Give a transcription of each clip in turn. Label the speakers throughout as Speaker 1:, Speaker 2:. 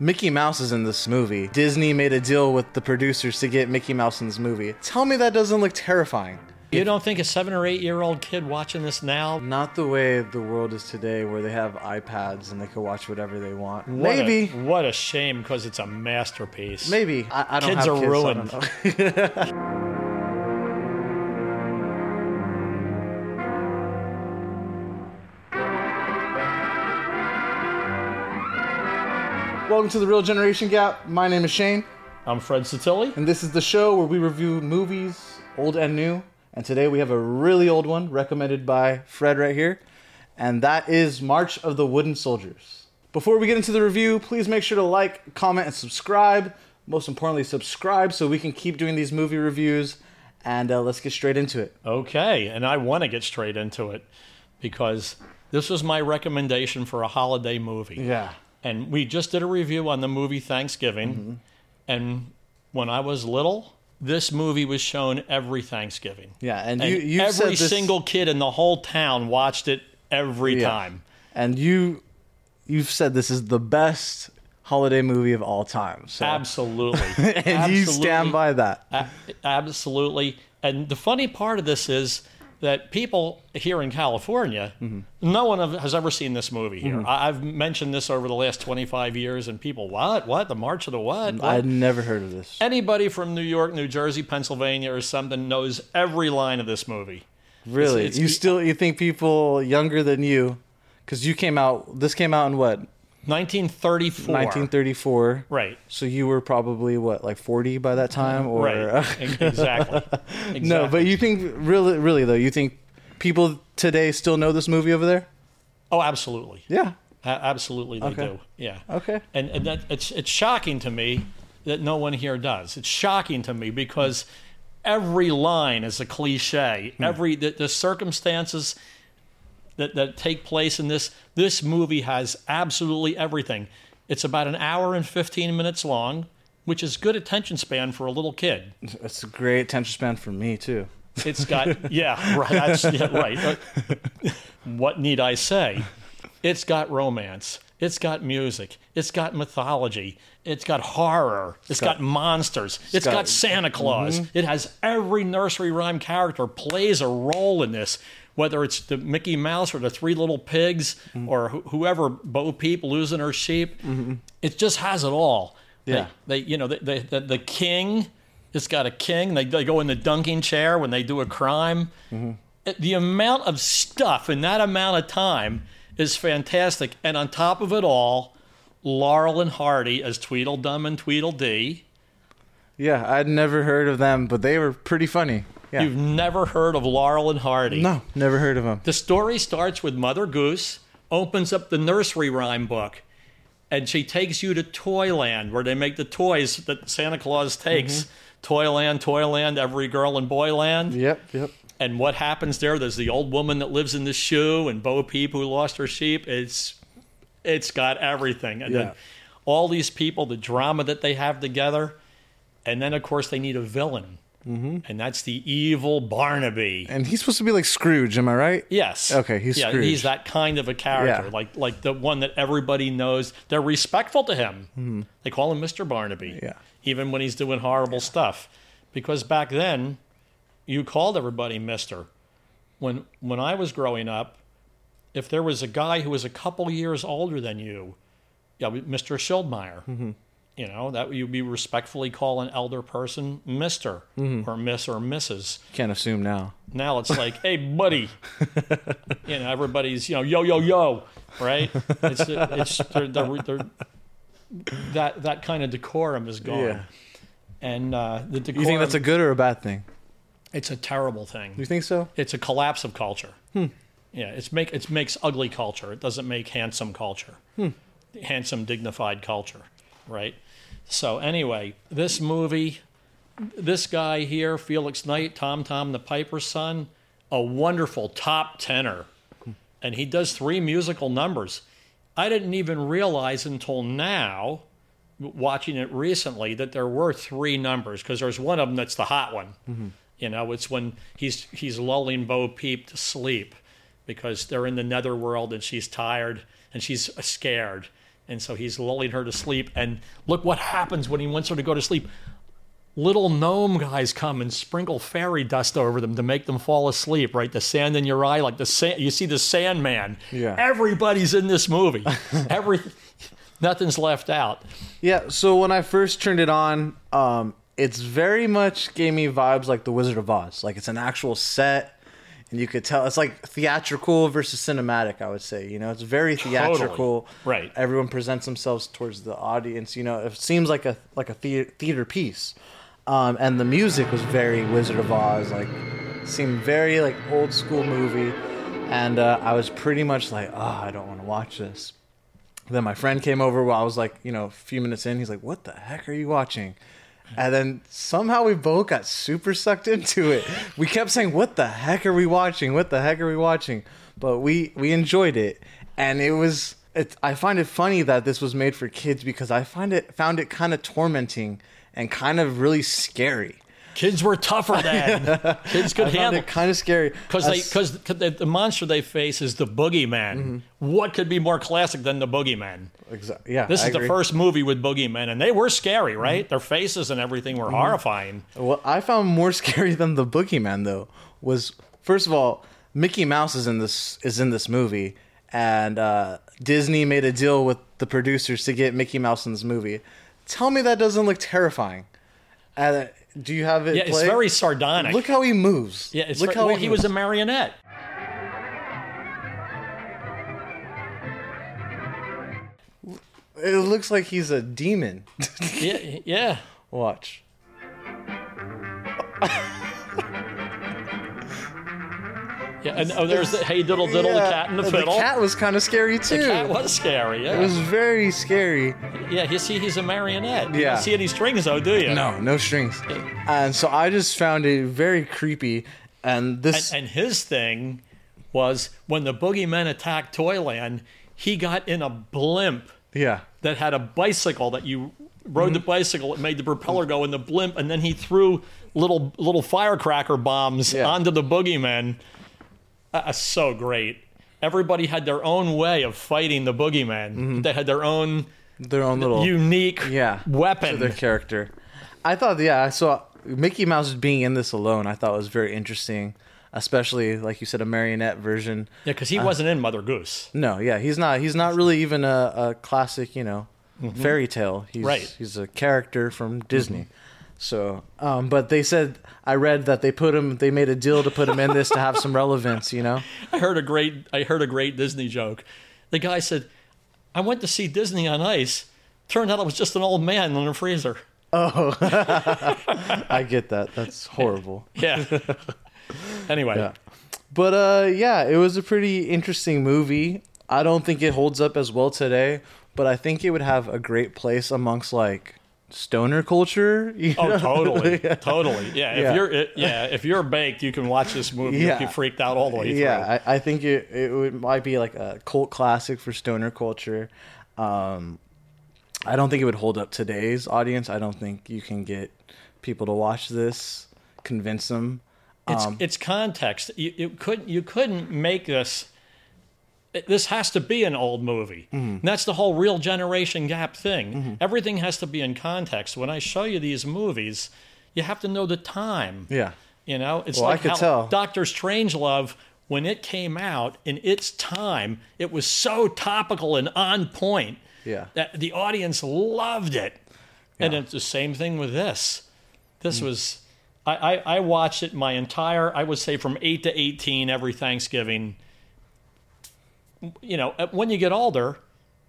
Speaker 1: Mickey Mouse is in this movie. Disney made a deal with the producers to get Mickey Mouse in this movie. Tell me that doesn't look terrifying.
Speaker 2: You don't think a seven or eight year old kid watching this now?
Speaker 1: Not the way the world is today, where they have iPads and they can watch whatever they want.
Speaker 2: What a-
Speaker 1: maybe,
Speaker 2: what a shame because it's a masterpiece.
Speaker 1: maybe. I, I don't
Speaker 2: Kids
Speaker 1: have
Speaker 2: are
Speaker 1: kids, so I
Speaker 2: ruined.
Speaker 1: don't know. Welcome to the Real Generation Gap. My name is Shane.
Speaker 2: I'm Fred Satilli.
Speaker 1: And this is the show where we review movies, old and new. And today we have a really old one recommended by Fred right here. And that is March of the Wooden Soldiers. Before we get into the review, please make sure to like, comment, and subscribe. Most importantly, subscribe so we can keep doing these movie reviews. And uh, let's get straight into it.
Speaker 2: Oh, Okay, and I want to get straight into it because this was my recommendation for a holiday movie.
Speaker 1: Yeah.
Speaker 2: And we just did a review on the movie Thanksgiving.
Speaker 1: Mm-hmm.
Speaker 2: And when I was little, this movie was shown every Thanksgiving.
Speaker 1: Yeah, and,
Speaker 2: And
Speaker 1: you, you said
Speaker 2: every
Speaker 1: this,
Speaker 2: single kid in the whole town watched it every
Speaker 1: Yeah.
Speaker 2: time.
Speaker 1: and you, you've said this is the best holiday movie of all time. So,
Speaker 2: Absolutely.
Speaker 1: and you stand by that.
Speaker 2: A- absolutely. And the funny part of this is that people here in California,
Speaker 1: Mm-hmm.
Speaker 2: no one have- has ever seen this movie here. I, I've mentioned this over the last 25 years, and people, what? What? The March of the What? What?"
Speaker 1: I'd never heard of this.
Speaker 2: Anybody from New York, New Jersey, Pennsylvania, or something knows every line of this movie.
Speaker 1: Really?
Speaker 2: It's- it's-
Speaker 1: you still you think people younger than you cuz you came out this came out in what?
Speaker 2: 1934.
Speaker 1: 1934.
Speaker 2: Right.
Speaker 1: So you were probably what like 40 by that time or
Speaker 2: Right. Ex- exactly. exactly.
Speaker 1: No, but you think really really though, you think people today still know this movie over there?
Speaker 2: oh, absolutely.
Speaker 1: Yeah.
Speaker 2: A- absolutely, they
Speaker 1: Okay.
Speaker 2: do. Yeah.
Speaker 1: Okay.
Speaker 2: And, and that, it's it's shocking to me that no one here does. It's shocking to me because every line is a cliche.
Speaker 1: Hmm.
Speaker 2: Every the, the circumstances that that take place in this this movie has absolutely everything. It's about an hour and fifteen minutes long, which is good attention span for a little kid.
Speaker 1: That's a great attention span for me too.
Speaker 2: It's got yeah, right, that's, yeah, right. Uh, What need I say? It's got romance. It's got music. It's got mythology. It's got horror. it's got,
Speaker 1: got-
Speaker 2: monsters. it's got, Mm-hmm.
Speaker 1: got-
Speaker 2: Santa Claus. It has every nursery rhyme character plays a role in this, whether it's the Mickey Mouse or the Three Little Pigs or wh- whoever Bo Peep losing her sheep. It just has it all.
Speaker 1: Yeah.
Speaker 2: they, they you know, the, the, the, the king. It's got a king. They, they go in the dunking chair when they do a crime.
Speaker 1: Mm-hmm.
Speaker 2: It- The amount of stuff in that amount of time is fantastic. And on top of it all, Laurel and Hardy as Tweedledum and Tweedledee.
Speaker 1: Yeah, I'd never heard of them, but they were pretty funny. Yeah.
Speaker 2: You've never heard of Laurel and Hardy.
Speaker 1: no, never heard of them.
Speaker 2: The story starts with Mother Goose opens up the nursery rhyme book, and she takes you to Toyland, where they make the toys that Santa Claus takes. Toyland, Toyland, every girl in Boyland.
Speaker 1: Yep, yep.
Speaker 2: And what happens there? There's the old woman that lives in the shoe, and Bo Peep who lost her sheep. It's it's got everything, and
Speaker 1: Yeah.
Speaker 2: then all these people, the drama that they have together, and then of course they need a villain, mm-hmm. and that's the evil Barnaby.
Speaker 1: And he's supposed to be like Scrooge, am I right?
Speaker 2: Yes.
Speaker 1: Okay, he's
Speaker 2: yeah,
Speaker 1: Scrooge.
Speaker 2: he's that kind of a character,
Speaker 1: Yeah.
Speaker 2: like like the one that everybody knows. They're respectful to him. They call him Mister Barnaby,
Speaker 1: Hmm. Yeah.
Speaker 2: even when he's doing horrible stuff, because back then, you called everybody Mister. When when I was growing up, if there was a guy who was a couple years older than you, yeah, Mister Schildmeyer.
Speaker 1: Mm-hmm.
Speaker 2: You know that you'd be respectfully call an elder person Mister
Speaker 1: Mm-hmm.
Speaker 2: or Miss or Mrs.
Speaker 1: Can't assume now.
Speaker 2: Now it's like, hey, buddy, you know, everybody's you know, yo, yo, yo, right? It's it's they're, they're, they're, that that kind of decorum is gone,
Speaker 1: Yeah.
Speaker 2: and uh, the decorum.
Speaker 1: You think that's a good or a bad thing?
Speaker 2: it's a terrible thing.
Speaker 1: You think so?
Speaker 2: It's a collapse of culture. Yeah, it's make it makes ugly culture. It doesn't make handsome culture, handsome dignified culture, right? So anyway, this movie, this guy here, Felix Knight, Tom Tom the Piper's son, a wonderful top tenor, and he does three musical numbers. I didn't even realize until now, watching it recently, that there were three numbers because there's one of them that's the hot one. You know, it's when he's he's lulling Bo Peep to sleep because they're in the netherworld and she's tired and she's scared And so he's lulling her to sleep. And look what happens when he wants her to go to sleep. Little gnome guys come and sprinkle fairy dust over them to make them fall asleep, right? The sand in your eye, like the sand, you see the Sandman.
Speaker 1: Yeah.
Speaker 2: Everybody's in this movie. Every, nothing's left out.
Speaker 1: Yeah, so when I first turned it on, um, it's very much gave me vibes like The Wizard of Oz. Like it's an actual set, and you could tell it's like theatrical versus cinematic. I would say, you know, it's very theatrical.
Speaker 2: Right.
Speaker 1: Everyone presents themselves towards the audience. You know, it seems like a like a theater, theater piece, um, and the music was very Wizard of Oz. Like, seemed very like old school movie, and uh, I was pretty much like, oh, I don't want to watch this. Then my friend came over while I was like, you know, a few minutes in. He's like, "What the heck are you watching?" And then somehow we both got super sucked into it. We kept saying, "What the heck are we watching? What the heck are we watching?" But we we enjoyed it, and it was. It, I find it funny that this was made for kids because I find it found it kind of tormenting and kind of really scary.
Speaker 2: Kids were tougher then. Kids could
Speaker 1: I found
Speaker 2: handle
Speaker 1: it kind of scary
Speaker 2: Because
Speaker 1: Uh,
Speaker 2: they, because the, the monster they face is the boogeyman.
Speaker 1: Mm-hmm.
Speaker 2: What could be more classic than the boogeyman?
Speaker 1: exa- yeah,
Speaker 2: This
Speaker 1: I
Speaker 2: is the
Speaker 1: agree. Mm-hmm.
Speaker 2: first movie with boogeymen, and they were scary, right? Their faces and everything were horrifying.
Speaker 1: What I found more scary than the Boogeyman, though, was first of all, Mickey Mouse is in this is in this movie, and uh, Disney made a deal with the producers to get Mickey Mouse in this movie. Tell me that doesn't look terrifying. And, uh, do you have it?
Speaker 2: Yeah, it's
Speaker 1: played?
Speaker 2: very sardonic.
Speaker 1: Look how he moves.
Speaker 2: yeah, it's
Speaker 1: look
Speaker 2: ver-
Speaker 1: how
Speaker 2: well, he was a
Speaker 1: moves.
Speaker 2: marionette.
Speaker 1: It looks like he's a demon.
Speaker 2: Yeah, yeah.
Speaker 1: Watch.
Speaker 2: yeah. And oh, there's the hey diddle diddle, the
Speaker 1: Yeah,
Speaker 2: cat and the fiddle.
Speaker 1: cat was kind of scary too.
Speaker 2: Cat was scary. Yeah,
Speaker 1: it was very scary.
Speaker 2: yeah. You see, he's a marionette. You
Speaker 1: Yeah.
Speaker 2: don't see any strings though, do you?
Speaker 1: No, no strings. And so I just found it very creepy. And
Speaker 2: And,
Speaker 1: this,
Speaker 2: and his thing was when the boogeymen attacked Toyland, he got in a blimp
Speaker 1: yeah,
Speaker 2: that had a bicycle that you rode
Speaker 1: Mm-hmm.
Speaker 2: the bicycle. It made the propeller go in the blimp, and then he threw little little firecracker bombs
Speaker 1: Yeah.
Speaker 2: onto the boogeyman. Uh, so great. Everybody had their own way of fighting the boogeyman. They had their own
Speaker 1: their own little
Speaker 2: unique
Speaker 1: Mm-hmm. yeah
Speaker 2: weapon.
Speaker 1: to their character. I thought, yeah, I saw Mickey Mouse being in this alone. I thought was very interesting, especially like you said, a marionette version.
Speaker 2: yeah, because
Speaker 1: uh,
Speaker 2: he wasn't in Mother Goose.
Speaker 1: No, yeah, he's not. He's not really even a, a classic, you know, fairy tale. He's,
Speaker 2: Mm-hmm. Right. Mm-hmm.
Speaker 1: He's a character from Disney. So, um, but they said I read that they put him. They made a deal to put him in this to have some relevance, you know.
Speaker 2: I heard a great I heard a great Disney joke. The guy said, "I went to see Disney on Ice. Turned out it was just an old man in a freezer."
Speaker 1: I get that. That's horrible.
Speaker 2: Yeah. anyway.
Speaker 1: But uh, yeah, it was a pretty interesting movie. I don't think it holds up as well today, but I think it would have a great place amongst like stoner culture. you
Speaker 2: Oh,
Speaker 1: know?
Speaker 2: totally, totally. Yeah, if
Speaker 1: Yeah.
Speaker 2: you're it, yeah, if you're baked, you can watch this movie.
Speaker 1: Yeah.
Speaker 2: You'll be freaked out all the way through.
Speaker 1: yeah, I, I think it it would, might be like a cult classic for stoner culture. Um, I don't think it would hold up today's audience. I don't think you can get people to watch this, convince them.
Speaker 2: it's
Speaker 1: Um,
Speaker 2: it's context. You, you couldn't you couldn't make this. it- This has to be an old movie.
Speaker 1: Mm-hmm.
Speaker 2: And that's the whole real generation gap thing. Everything has to be in context. When I show you these movies, you have to know the time.
Speaker 1: Yeah,
Speaker 2: You know, it's
Speaker 1: Well, I
Speaker 2: like
Speaker 1: could
Speaker 2: how
Speaker 1: tell.
Speaker 2: Doctor Strangelove, when it came out in its time, it was so topical and on point
Speaker 1: Yeah.
Speaker 2: that the audience loved it. And it's the same thing with this. This
Speaker 1: Mm.
Speaker 2: was, I, I, I watched it my entire, I would say from 8 to 18 every Thanksgiving. You know, uh, when you get older,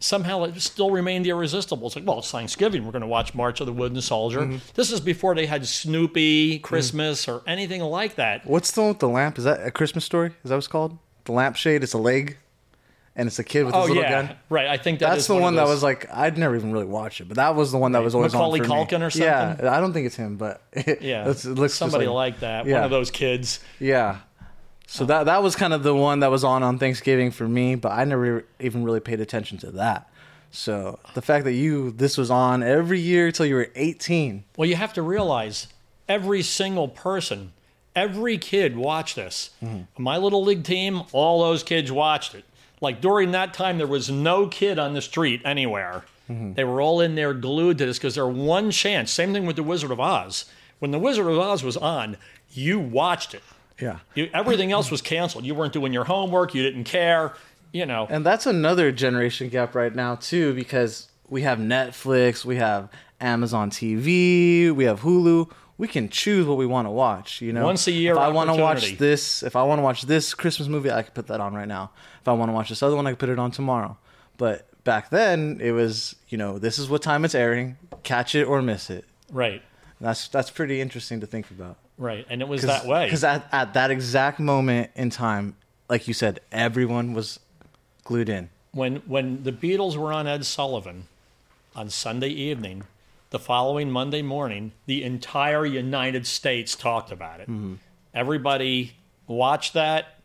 Speaker 2: somehow it still remained irresistible. It's like, well, it's Thanksgiving. We're going to watch March of the Wooden Soldier.
Speaker 1: Mm-hmm.
Speaker 2: This is before they had Snoopy, Christmas, or anything like that.
Speaker 1: What's the one with the lamp? Is that a Christmas story? Is that what's called? The lampshade. It's a leg, and it's a kid with his
Speaker 2: Oh,
Speaker 1: little
Speaker 2: yeah.
Speaker 1: gun.
Speaker 2: Right. I think that
Speaker 1: That's
Speaker 2: is
Speaker 1: the
Speaker 2: of
Speaker 1: one that
Speaker 2: those.
Speaker 1: was like I'd never even really watched it, but that was the one that was always
Speaker 2: Macaulay
Speaker 1: on for
Speaker 2: Culkin
Speaker 1: me.
Speaker 2: or something?
Speaker 1: Yeah, I don't think it's him, but it,
Speaker 2: Yeah,
Speaker 1: it's- it looks just
Speaker 2: somebody like, Oh. that. One
Speaker 1: yeah.
Speaker 2: of those kids.
Speaker 1: yeah. So that that was kind of the one that was on on Thanksgiving for me, but I never even really paid attention to that. So the fact that you this was on every year till you were eighteen,
Speaker 2: Well, you have to realize every single person, every kid watched this. My little league team, all those kids watched it. Like during that time, there was no kid on the street anywhere. They were all in there glued to this because their one chance. Same thing with the Wizard of Oz. When the Wizard of Oz was on, you watched it.
Speaker 1: Yeah.
Speaker 2: You, everything else was canceled. You weren't doing your homework. You didn't care. You know.
Speaker 1: And that's another generation gap right now too, because we have Netflix, we have Amazon TV, we have Hulu. We can choose what we want to watch. You know,
Speaker 2: Once a year
Speaker 1: If I want to watch
Speaker 2: opportunity.
Speaker 1: this, if I want to watch this Christmas movie, I could put that on right now. If I want to watch this other one, I could put it on tomorrow. But back then, it was you know this is what time it's airing, catch it or miss it.
Speaker 2: right.
Speaker 1: And that's that's pretty interesting to think about.
Speaker 2: Right. And it was that way.
Speaker 1: Because at, at that exact moment in time, like you said, everyone was glued in.
Speaker 2: when when the Beatles were on Ed Sullivan on Sunday evening, the following Monday morning, the entire United States talked about it. Everybody watched that.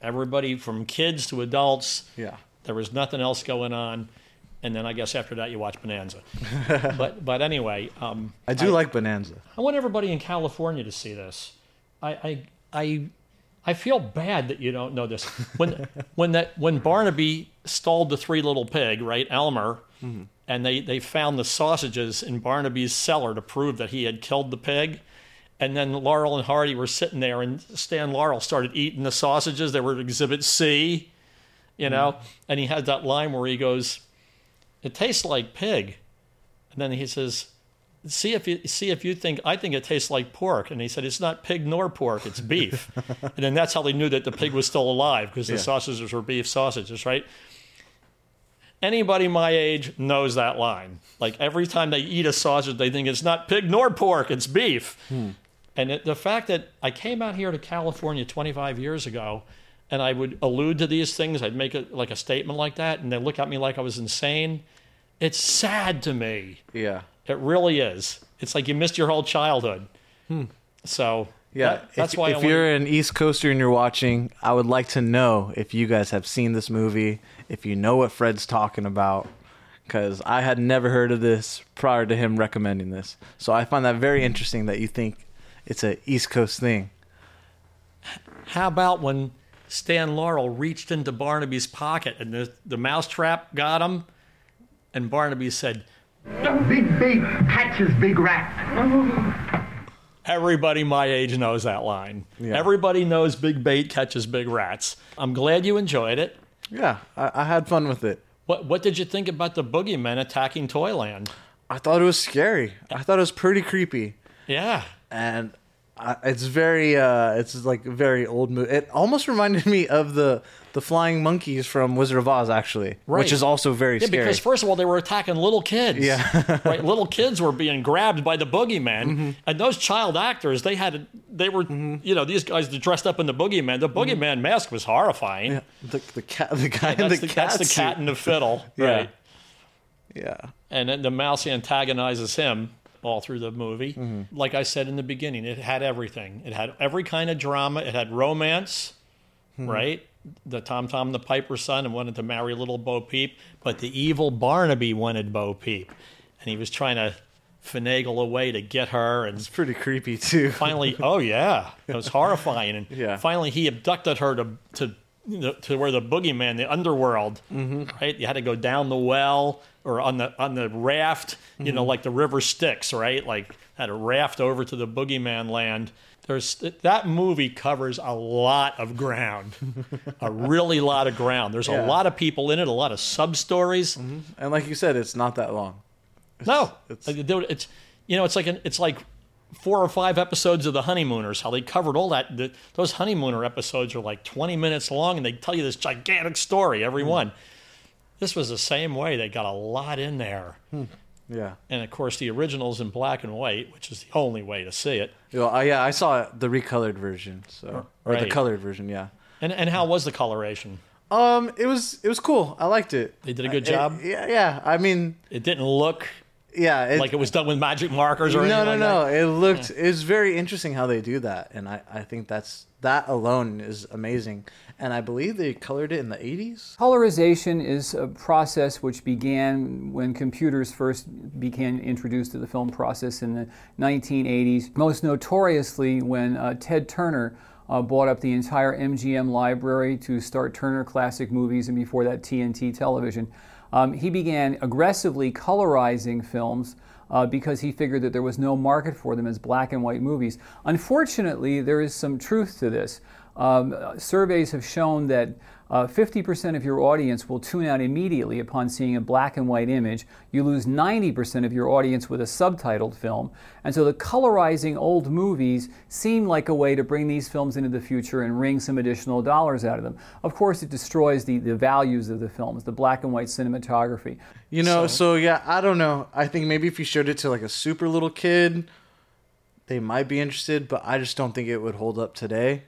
Speaker 2: Everybody from kids to adults.
Speaker 1: Yeah.
Speaker 2: There was nothing else going on. And then I guess after that you watch Bonanza. but but anyway, um,
Speaker 1: I do like Bonanza.
Speaker 2: I want everybody in California to see this. I I I, I feel bad that you don't know this. When when that when Barnaby stalled the three little pig, right, Elmer, and they, they found the sausages in Barnaby's cellar to prove that he had killed the pig. And then Laurel and Hardy were sitting there and Stan Laurel started eating the sausages. They were at exhibit C, you know, and he had that line where he goes, It tastes like pig. And then he says, see if you see if you think I think it tastes like pork. And he said, It's not pig nor pork, it's beef. and then that's how they knew that the pig was still alive, because the
Speaker 1: Yeah.
Speaker 2: sausages were beef sausages, right? Anybody my age knows that line. Like every time they eat a sausage, they think it's not pig nor pork, it's beef. And it, the fact that I came out here to California 25 years ago and I would allude to these things, I'd make a, like a statement like that, and they look at me like I was insane. It's sad to me.
Speaker 1: Yeah.
Speaker 2: It really is. It's like you missed your whole childhood. So
Speaker 1: Hmm. Yeah.
Speaker 2: that- that's
Speaker 1: if,
Speaker 2: why
Speaker 1: if
Speaker 2: I
Speaker 1: you're
Speaker 2: wanted-
Speaker 1: an East Coaster and you're watching, I would like to know if you guys have seen this movie, if you know what Fred's talking about, because I had never heard of this prior to him recommending this. So I find that very interesting that you think it's a East Coast thing.
Speaker 2: how about when Stan Laurel reached into Barnaby's pocket and the the mousetrap got him, and Barnaby said,
Speaker 3: Big, big catches big rat.
Speaker 2: Everybody my age knows that line. Everybody knows big bait catches big rats. I'm glad you enjoyed it.
Speaker 1: Yeah, I, I had fun with it.
Speaker 2: What what did you think about the boogeymen attacking Toyland?
Speaker 1: I thought it was scary. I thought it was pretty creepy.
Speaker 2: Yeah.
Speaker 1: and I, it's very uh it's like a very old movie it almost reminded me of the the flying monkeys from wizard of oz actually
Speaker 2: Right.
Speaker 1: which is also very
Speaker 2: Yeah,
Speaker 1: scary
Speaker 2: because first of all, they were attacking little kids.
Speaker 1: Yeah. Mm-hmm.
Speaker 2: right. Little kids were being grabbed by the boogeyman, and those child actors, they had, they were, you know, these guys that dressed up in the boogeyman.
Speaker 1: Mm-hmm.
Speaker 2: The boogeyman mask was horrifying.
Speaker 1: the, the cat the guy in
Speaker 2: That's
Speaker 1: the,
Speaker 2: the,
Speaker 1: cat
Speaker 2: that's the
Speaker 1: suit.
Speaker 2: cat in the fiddle,
Speaker 1: Yeah.
Speaker 2: right?
Speaker 1: yeah
Speaker 2: And then the mouse antagonizes him all through the movie. Like I said in the beginning, it had everything. It had every kind of drama. It had romance, right? The Tom Tom the Piper's son and wanted to marry little Bo Peep, but the evil Barnaby wanted Bo Peep, and he was trying to finagle a way to get her. And
Speaker 1: pretty creepy too
Speaker 2: finally, oh yeah, it was horrifying. And
Speaker 1: Yeah.
Speaker 2: finally, he abducted her to to to where the boogeyman, the underworld,
Speaker 1: Mm-hmm.
Speaker 2: right? You had to go down the well or on the on the raft, you
Speaker 1: Mm-hmm.
Speaker 2: know, like the river Styx, right? Like had a raft over to the boogeyman land. There's that movie covers a lot of ground, a really lot of ground. There's
Speaker 1: Yeah. Mm-hmm.
Speaker 2: a lot of people in it, a lot of sub stories.
Speaker 1: and like you said it's not that long
Speaker 2: No,
Speaker 1: it's-
Speaker 2: it's, it's you know it's like an, it's like four or five episodes of the honeymooners. How they covered all that. The, those honeymooner episodes are like twenty minutes long, and they tell you this gigantic story
Speaker 1: Hmm.
Speaker 2: every one. This was the same way. They got a lot in there,
Speaker 1: Hmm. yeah
Speaker 2: and of course the originals in black and white, which is the only way to see it.
Speaker 1: You know, I, yeah i saw the recolored version so or the
Speaker 2: Right.
Speaker 1: colored version yeah
Speaker 2: And and how was the coloration?
Speaker 1: um it was it was cool i liked it
Speaker 2: They did a good
Speaker 1: Uh, It-
Speaker 2: job.
Speaker 1: yeah yeah i mean
Speaker 2: It didn't look
Speaker 1: yeah it,
Speaker 2: like it was done with magic markers or
Speaker 1: no,
Speaker 2: anything
Speaker 1: no, no.
Speaker 2: like that.
Speaker 1: It looked it was very interesting how they do that, and I I think that's that alone is amazing. And I believe they colored it in the eighties.
Speaker 4: Colorization is a process which began when computers first became introduced to the film process in the 1980s, most notoriously when uh, Ted Turner uh, bought up the entire MGM library to start Turner Classic Movies and before that TNT Television. Um, he began aggressively colorizing films uh, because he figured that there was no market for them as black and white movies. Unfortunately, there is some truth to this. Um, uh, surveys have shown that uh, 50% of your audience will tune out immediately upon seeing a black and white image. You lose 90% of your audience with a subtitled film. And so the colorizing old movies seemed like a way to bring these films into the future and wring some additional dollars out of them. Of course, it destroys the, the values of the films, the black and white cinematography.
Speaker 1: You know, so, yeah, I don't know. I think maybe if you showed it to like a super little kid, they might be interested, but I just don't think it would hold up today.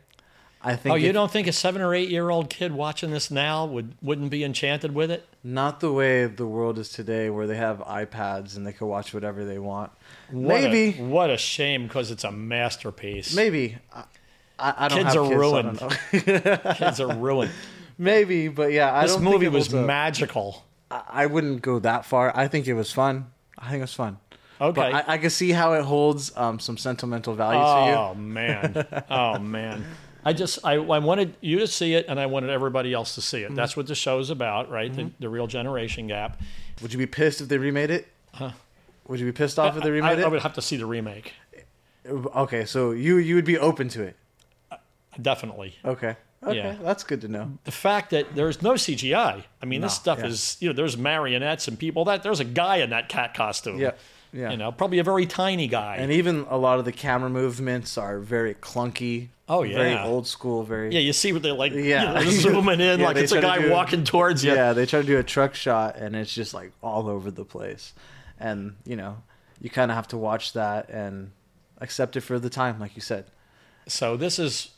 Speaker 1: I think
Speaker 2: Oh, you
Speaker 1: if-
Speaker 2: don't think a seven or eight year old kid watching this now would wouldn't be enchanted with it?
Speaker 1: not the way the world is today where they have iPads and they can watch whatever they want.
Speaker 2: What a-
Speaker 1: maybe,
Speaker 2: what a shame because it's a masterpiece.
Speaker 1: maybe. I, I I don't
Speaker 2: Kids
Speaker 1: have
Speaker 2: are
Speaker 1: kids, so I
Speaker 2: ruined.
Speaker 1: don't know.
Speaker 2: Kids are ruined.
Speaker 1: maybe, but yeah, I
Speaker 2: this
Speaker 1: don't think
Speaker 2: movie
Speaker 1: it uh,
Speaker 2: was
Speaker 1: holds up.
Speaker 2: magical.
Speaker 1: I I wouldn't go that far. I think it was fun. I think it was fun.
Speaker 2: Okay.
Speaker 1: But I, I can see how it holds um, some sentimental value
Speaker 2: oh man. Oh man. I just I, I wanted you to see it and I wanted everybody else to see it. That's what the show's about, right? The,
Speaker 1: Mm-hmm.
Speaker 2: the real generation gap.
Speaker 1: to you. Would you be pissed if they remade it? Would you be pissed off if they remade
Speaker 2: I, I
Speaker 1: it?
Speaker 2: would have to see the remake.
Speaker 1: Okay, so you you would be open to it.
Speaker 2: Definitely.
Speaker 1: Okay. Okay,
Speaker 2: Yeah.
Speaker 1: that's good to know.
Speaker 2: The fact that there's no CGI. I mean, this
Speaker 1: No,
Speaker 2: stuff
Speaker 1: yeah.
Speaker 2: is you know, there's marionettes and people that there's a guy in that cat costume.
Speaker 1: Yeah, yeah.
Speaker 2: You know, probably a very tiny guy.
Speaker 1: And even a lot of the camera movements are very clunky.
Speaker 2: Oh,
Speaker 1: Very
Speaker 2: yeah.
Speaker 1: old school, very
Speaker 2: yeah, you see what they're like
Speaker 1: Yeah.
Speaker 2: you know, zooming in
Speaker 1: Yeah,
Speaker 2: like
Speaker 1: they
Speaker 2: it's a
Speaker 1: try to
Speaker 2: guy
Speaker 1: do-
Speaker 2: walking towards you.
Speaker 1: Yeah, they try to do a truck shot and it's just like all over the place. And, you know, you kind of have to watch that and accept it for the time like you said.
Speaker 2: so this is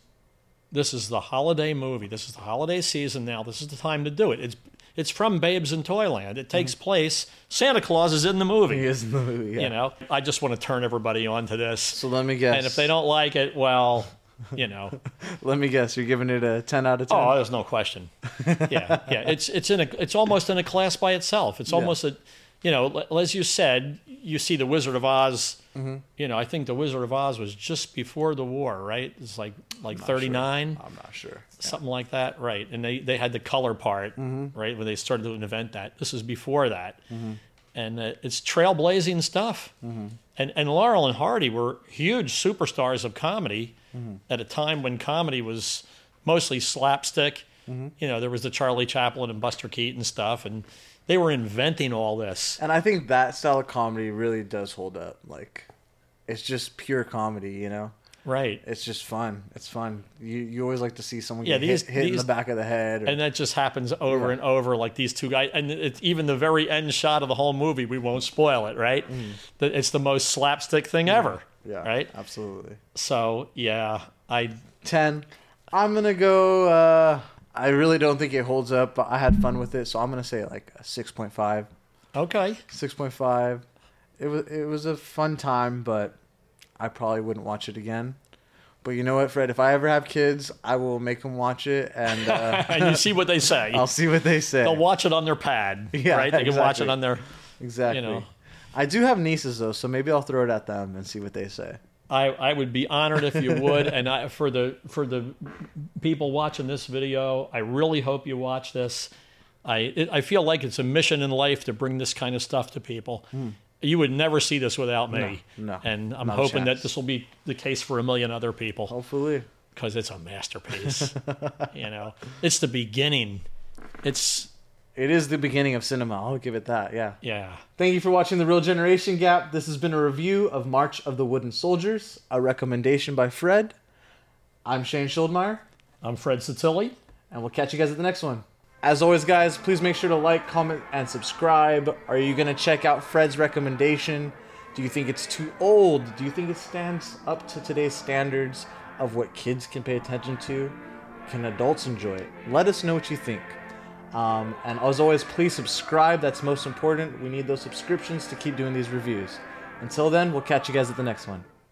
Speaker 2: this is the holiday movie. This is the holiday season now. This is the time to do it. It's it's from Babes in Toyland. It takes place. Santa Claus is in the movie.
Speaker 1: He is in the movie. Mm-hmm. Yeah.
Speaker 2: You know, I just want to turn everybody on to this.
Speaker 1: So let me guess.
Speaker 2: and if they don't like it, well, you know,
Speaker 1: let me guess, you're giving it a 10 out of 10.
Speaker 2: oh, there's no question. Yeah, yeah. It's it's in a it's almost in a class by itself. It's almost a, you know, l- as you said, you see the Wizard of Oz. You know, I think the Wizard of Oz was just before the war, right? It's like like thirty nine.
Speaker 1: I'm not sure.
Speaker 2: something like that, right? And they they had the color part, right? When they started to invent that, this is before that, and uh, it's trailblazing stuff. And and Laurel and Hardy were huge superstars of comedy at a time when comedy was mostly slapstick. You know, there was the Charlie Chaplin and Buster Keaton stuff, and they were inventing all this.
Speaker 1: And I think that style of comedy really does hold up. Like, it's just pure comedy, you know?
Speaker 2: Right.
Speaker 1: It's just fun. It's fun. You you always like to see someone
Speaker 2: Yeah,
Speaker 1: get
Speaker 2: these-
Speaker 1: hit, hit in
Speaker 2: these-
Speaker 1: the back of the head. Or,
Speaker 2: and that just happens over and over like these two guys and it's even the very end shot of the whole movie we won't spoil it right That it's the most slapstick thing ever
Speaker 1: Mm. yeah, Uh,
Speaker 2: right
Speaker 1: Absolutely.
Speaker 2: so yeah i
Speaker 1: 10. I'm going to go. Uh, I really don't think it holds up, but I had fun with it. So I'm going to say like a 6.5.
Speaker 2: okay
Speaker 1: 6.5. It was, it was a fun time, but I probably wouldn't watch it again. But you know what, Fred? If I ever have kids, I will make them watch it and uh,
Speaker 2: and you see what they say
Speaker 1: I'll see what they say.
Speaker 2: they'll watch it on their pad
Speaker 1: Yeah,
Speaker 2: right they can watch
Speaker 1: exactly.
Speaker 2: it on their
Speaker 1: exactly.
Speaker 2: know.
Speaker 1: I do have nieces, though, so maybe I'll throw it at them and see what they say.
Speaker 2: I, I would be honored if you would and I, for the for the people watching this video i really hope you watch this i it, i feel like it's a mission in life to bring this kind of stuff to people you would never see this without me
Speaker 1: Hmm. No, no,
Speaker 2: and i'm
Speaker 1: not a
Speaker 2: hoping
Speaker 1: chance.
Speaker 2: that this will be the case for a million other people
Speaker 1: Hopefully.
Speaker 2: because it's a masterpiece you know it's the beginning it's
Speaker 1: It is the beginning of cinema. I'll give it that. Yeah.
Speaker 2: yeah
Speaker 1: Thank you for watching The Real Generation Gap. This has been a review of March of the Wooden Soldiers, a recommendation by Fred. I'm Shane Schildmeyer,
Speaker 2: i'm fred satilli
Speaker 1: and we'll catch you guys at the next one. As always, guys, please make sure to like, comment, and subscribe. Are you going to check out Fred's recommendation? Do you think it's too old? Do you think it stands up to today's standards of what kids can pay attention to? Can adults enjoy it? Let us know what you think. Um, and as always, please subscribe. That's most important. We need those subscriptions to keep doing these reviews. Until then, we'll catch you guys at the next one.